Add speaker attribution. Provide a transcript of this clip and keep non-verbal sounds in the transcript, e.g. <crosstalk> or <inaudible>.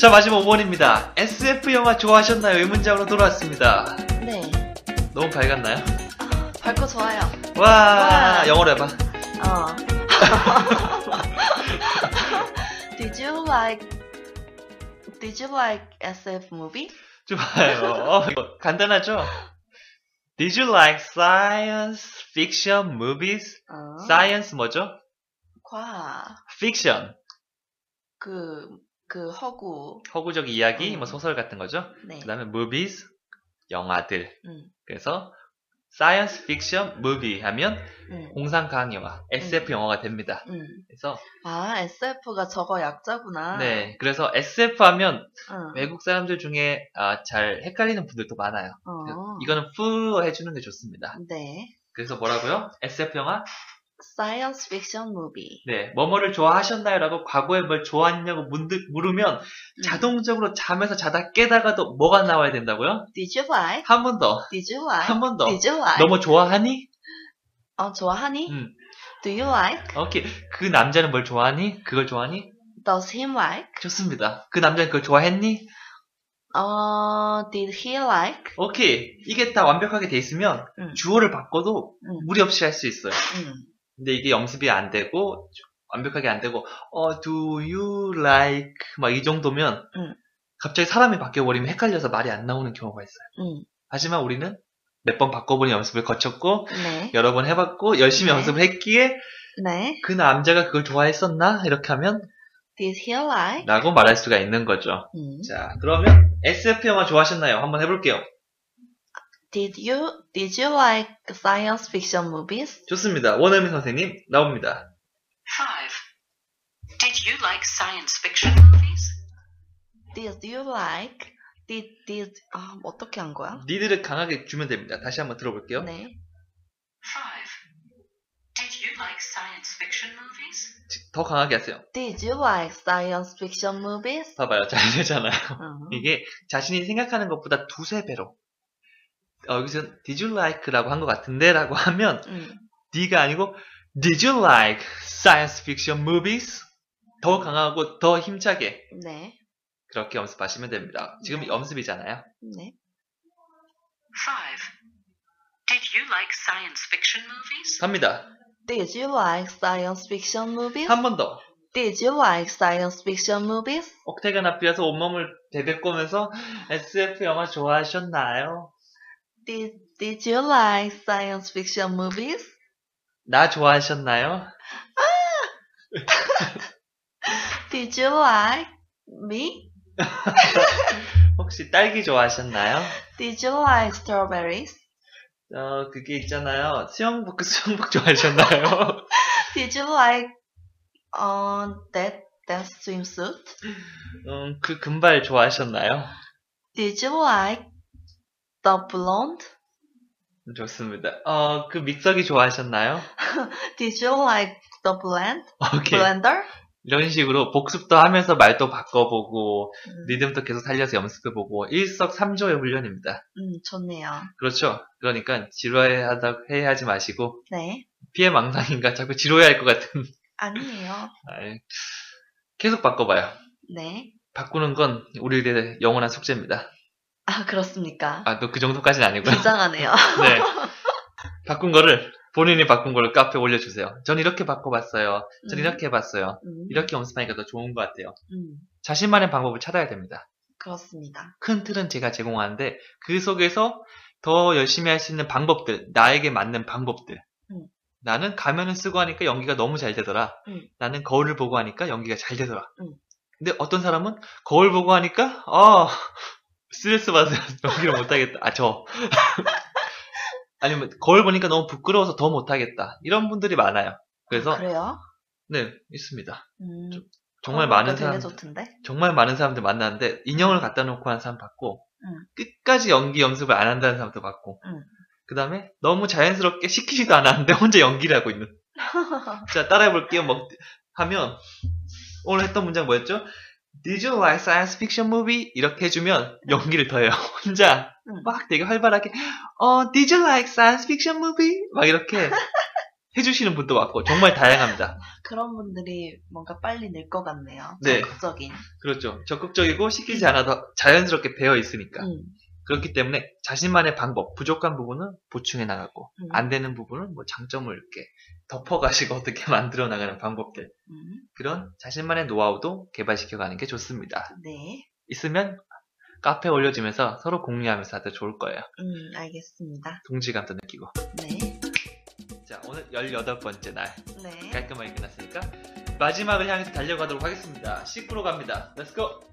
Speaker 1: 자, 마지막 5번입니다. SF 영화 좋아하셨나요? 의문장으로 돌아왔습니다.
Speaker 2: 네.
Speaker 1: 너무 밝았나요?
Speaker 2: 아, 밝고 좋아요.
Speaker 1: 와,
Speaker 2: 와.
Speaker 1: 영어로 해봐.
Speaker 2: 어. <laughs> Did you like Did you like SF movie?
Speaker 1: 좋아요. 어, 이거 간단하죠? Did you like science fiction movies?
Speaker 2: 어.
Speaker 1: Science 뭐죠?
Speaker 2: 과학
Speaker 1: Fiction.
Speaker 2: 그그 허구.
Speaker 1: 허구적 이야기,
Speaker 2: 음.
Speaker 1: 뭐 소설 같은 거죠?
Speaker 2: 네.
Speaker 1: 그 다음에 movies, 영화들.
Speaker 2: 음.
Speaker 1: 그래서 science fiction movie 하면
Speaker 2: 음.
Speaker 1: 공상과학 영화, SF 영화가 됩니다.
Speaker 2: 음.
Speaker 1: 그래서
Speaker 2: 아, SF가 저거 약자구나. 어,
Speaker 1: 네, 그래서 SF 하면
Speaker 2: 응.
Speaker 1: 외국 사람들 중에 아, 잘 헷갈리는 분들도 많아요.
Speaker 2: 어.
Speaker 1: 그, 이거는 풀로 해주는 게 좋습니다.
Speaker 2: 네.
Speaker 1: 그래서 뭐라고요? SF 영화?
Speaker 2: 사이언스 픽션 무비.
Speaker 1: 네, 뭐뭐를 좋아하셨나요?라고 과거에 뭘 좋아했냐고 문득 물으면
Speaker 2: 음. 네.
Speaker 1: 자동적으로 잠에서 자다 깨다가도 뭐가 나와야 된다고요?
Speaker 2: Did you like?
Speaker 1: 한 번 더,
Speaker 2: Did you like?
Speaker 1: 한 번 더.
Speaker 2: Did you like?
Speaker 1: 너 뭐 좋아하니?
Speaker 2: 어, 좋아하니?
Speaker 1: 음.
Speaker 2: Do you like?
Speaker 1: 오케이, 그 남자는 뭘 좋아하니? 그걸 좋아하니?
Speaker 2: Does he like?
Speaker 1: 좋습니다. 그 남자는 그걸 좋아했니?
Speaker 2: 어, Uh, did he like?
Speaker 1: 오케이, 이게 다 완벽하게 돼 있으면
Speaker 2: 음.
Speaker 1: 주어를 바꿔도
Speaker 2: 음.
Speaker 1: 무리 없이 할 수 있어요.
Speaker 2: 음.
Speaker 1: 근데 이게 염습이 안 되고 완벽하게 안 되고 어 do you like 막 이 정도면
Speaker 2: 응.
Speaker 1: 갑자기 사람이 바뀌어 버리면 헷갈려서 말이 안 나오는 경우가 있어요.
Speaker 2: 음.
Speaker 1: 하지만 우리는 몇 번 바꿔보는 연습을 거쳤고
Speaker 2: 네.
Speaker 1: 여러 번 해봤고 열심히
Speaker 2: 네.
Speaker 1: 연습을 했기에
Speaker 2: 네.
Speaker 1: 그 남자가 그걸 좋아했었나 이렇게 하면
Speaker 2: Did he like?
Speaker 1: 라고 말할 수가 있는 거죠.
Speaker 2: 음.
Speaker 1: 자 그러면 SF 영화 좋아하셨나요? 한번 해볼게요.
Speaker 2: Did you Did you like science fiction movies?
Speaker 1: 좋습니다. 원어민 선생님 나옵니다.
Speaker 3: 5. Did you like science fiction movies?
Speaker 2: Did you like? Did Did 아 어떻게 한 거야?
Speaker 1: 니들을 강하게 주면 됩니다. 다시 한번 들어볼게요.
Speaker 2: 네.
Speaker 3: 5. Did you like science fiction movies?
Speaker 1: 더 강하게 하세요.
Speaker 2: Did you like science fiction movies?
Speaker 1: 봐봐요. 잘 되잖아요.
Speaker 2: 음.
Speaker 1: 이게 자신이 생각하는 것보다 두세 배로 어, 여기서 did you like라고 한 것 같은데라고 <laughs> 하면
Speaker 2: 음.
Speaker 1: 네가 아니고 did you like science fiction movies 더 강하고 더 힘차게
Speaker 2: 네.
Speaker 1: 그렇게 연습하시면 됩니다. 지금
Speaker 2: 네.
Speaker 1: 연습이잖아요.
Speaker 2: 네.
Speaker 3: 5. Did you like science fiction movies?
Speaker 1: 갑니다.
Speaker 2: Did you like science fiction movies?
Speaker 1: 한 번 더.
Speaker 2: Did you like science fiction movies?
Speaker 1: 옥택은 앞이어서 온몸을 베베꼬면서 SF 영화 좋아하셨나요?
Speaker 2: Did Did you like science fiction movies?
Speaker 1: 나 좋아하셨나요?
Speaker 2: Did you like me?
Speaker 1: 혹시 딸기 좋아하셨나요?
Speaker 2: Did you like strawberries?
Speaker 1: 어, 그게 있잖아요. 수영복, <laughs> 그 수영복 좋아하셨나요?
Speaker 2: Did you like uh, that that swimsuit?
Speaker 1: 음, 그 금발 좋아하셨나요?
Speaker 2: Did you like the blonde?
Speaker 1: 좋습니다. 어, 그 믹서기 좋아하셨나요? <laughs>
Speaker 2: Did you like the blend?
Speaker 1: 오케이.
Speaker 2: Blender?
Speaker 1: 이런 식으로 복습도 하면서 말도 바꿔보고,
Speaker 2: 음,
Speaker 1: 리듬도 계속 살려서 연습해보고, 일석삼조의 훈련입니다.
Speaker 2: 음, 좋네요.
Speaker 1: 그렇죠. 그러니까 지루해 하다, 해하지 마시고,
Speaker 2: 네.
Speaker 1: 피해 망상인가 자꾸 지루해 할 것 같은, <laughs>
Speaker 2: 아니에요.
Speaker 1: 아이, 계속 바꿔봐요.
Speaker 2: 네.
Speaker 1: 바꾸는 건 우리들의 영원한 숙제입니다.
Speaker 2: 아, 그렇습니까?
Speaker 1: 아, 또 그 정도까지는 아니고요. <laughs>
Speaker 2: 긴장하네요.
Speaker 1: 네. 바꾼 거를, 본인이 바꾼 거를 카페에 올려주세요. 전 이렇게 바꿔봤어요. 전
Speaker 2: 음.
Speaker 1: 이렇게 해봤어요.
Speaker 2: 음,
Speaker 1: 이렇게 연습하니까 더 좋은 것 같아요.
Speaker 2: 음,
Speaker 1: 자신만의 방법을 찾아야 됩니다.
Speaker 2: 그렇습니다.
Speaker 1: 큰 틀은 제가 제공하는데 그 속에서 더 열심히 할 수 있는 방법들, 나에게 맞는 방법들.
Speaker 2: 음.
Speaker 1: 나는 가면을 쓰고 하니까 연기가 너무 잘 되더라.
Speaker 2: 음.
Speaker 1: 나는 거울을 보고 하니까 연기가 잘 되더라.
Speaker 2: 음.
Speaker 1: 근데 어떤 사람은 거울 보고 하니까 아 <laughs> 스트레스 받아서 <laughs> 연기를 못하겠다. 아 저. <laughs> 아니면 거울 보니까 너무 부끄러워서 더 못하겠다. 이런 분들이 많아요. 그래서
Speaker 2: 그래요?
Speaker 1: 네 있습니다.
Speaker 2: 음,
Speaker 1: 어. 정말
Speaker 2: 그런
Speaker 1: 많은
Speaker 2: 것도
Speaker 1: 사람
Speaker 2: 되게 좋던데? <laughs>
Speaker 1: 정말 많은 사람들 만났는데 인형을 갖다 놓고 하는 사람 봤고
Speaker 2: 음.
Speaker 1: 끝까지 연기 연습을 안 한다는 사람도 봤고
Speaker 2: 음.
Speaker 1: 그 다음에 너무 자연스럽게 시키지도 않았는데 혼자 연기를 하고 있는 자 따라해볼게요 먹- 하면 오늘 했던 문장 뭐였죠? Did you like science fiction movie? 이렇게 해주면 연기를 더해요 <laughs> 혼자
Speaker 2: 음.
Speaker 1: 막 되게 활발하게 어 Did you like science fiction movie? 막 이렇게 해주시는 분도 왔고 정말 다양합니다.
Speaker 2: 그런 분들이 뭔가 빨리 늘 것 같네요.
Speaker 1: 네.
Speaker 2: 적극적인.
Speaker 1: 그렇죠. 적극적이고 시키지 않아도 자연스럽게 배어 있으니까.
Speaker 2: 음.
Speaker 1: 그렇기 때문에 자신만의 방법, 부족한 부분은 보충해 나가고
Speaker 2: 음.
Speaker 1: 안 되는 부분은 뭐 장점을 이렇게 덮어가시고 <laughs> 어떻게 만들어 나가는 방법들
Speaker 2: 음.
Speaker 1: 그런 자신만의 노하우도 개발시켜 가는 게 좋습니다.
Speaker 2: 네.
Speaker 1: 있으면 카페 올려주면서 서로 공유하면서 하도 좋을 거예요.
Speaker 2: 음, 알겠습니다.
Speaker 1: 동지감도 느끼고.
Speaker 2: 네.
Speaker 1: 자 오늘 18번째 날
Speaker 2: 네.
Speaker 1: 그러니까 깔끔하게 끝났으니까 마지막을 향해서 달려가도록 하겠습니다. 10% 갑니다. 렛츠고!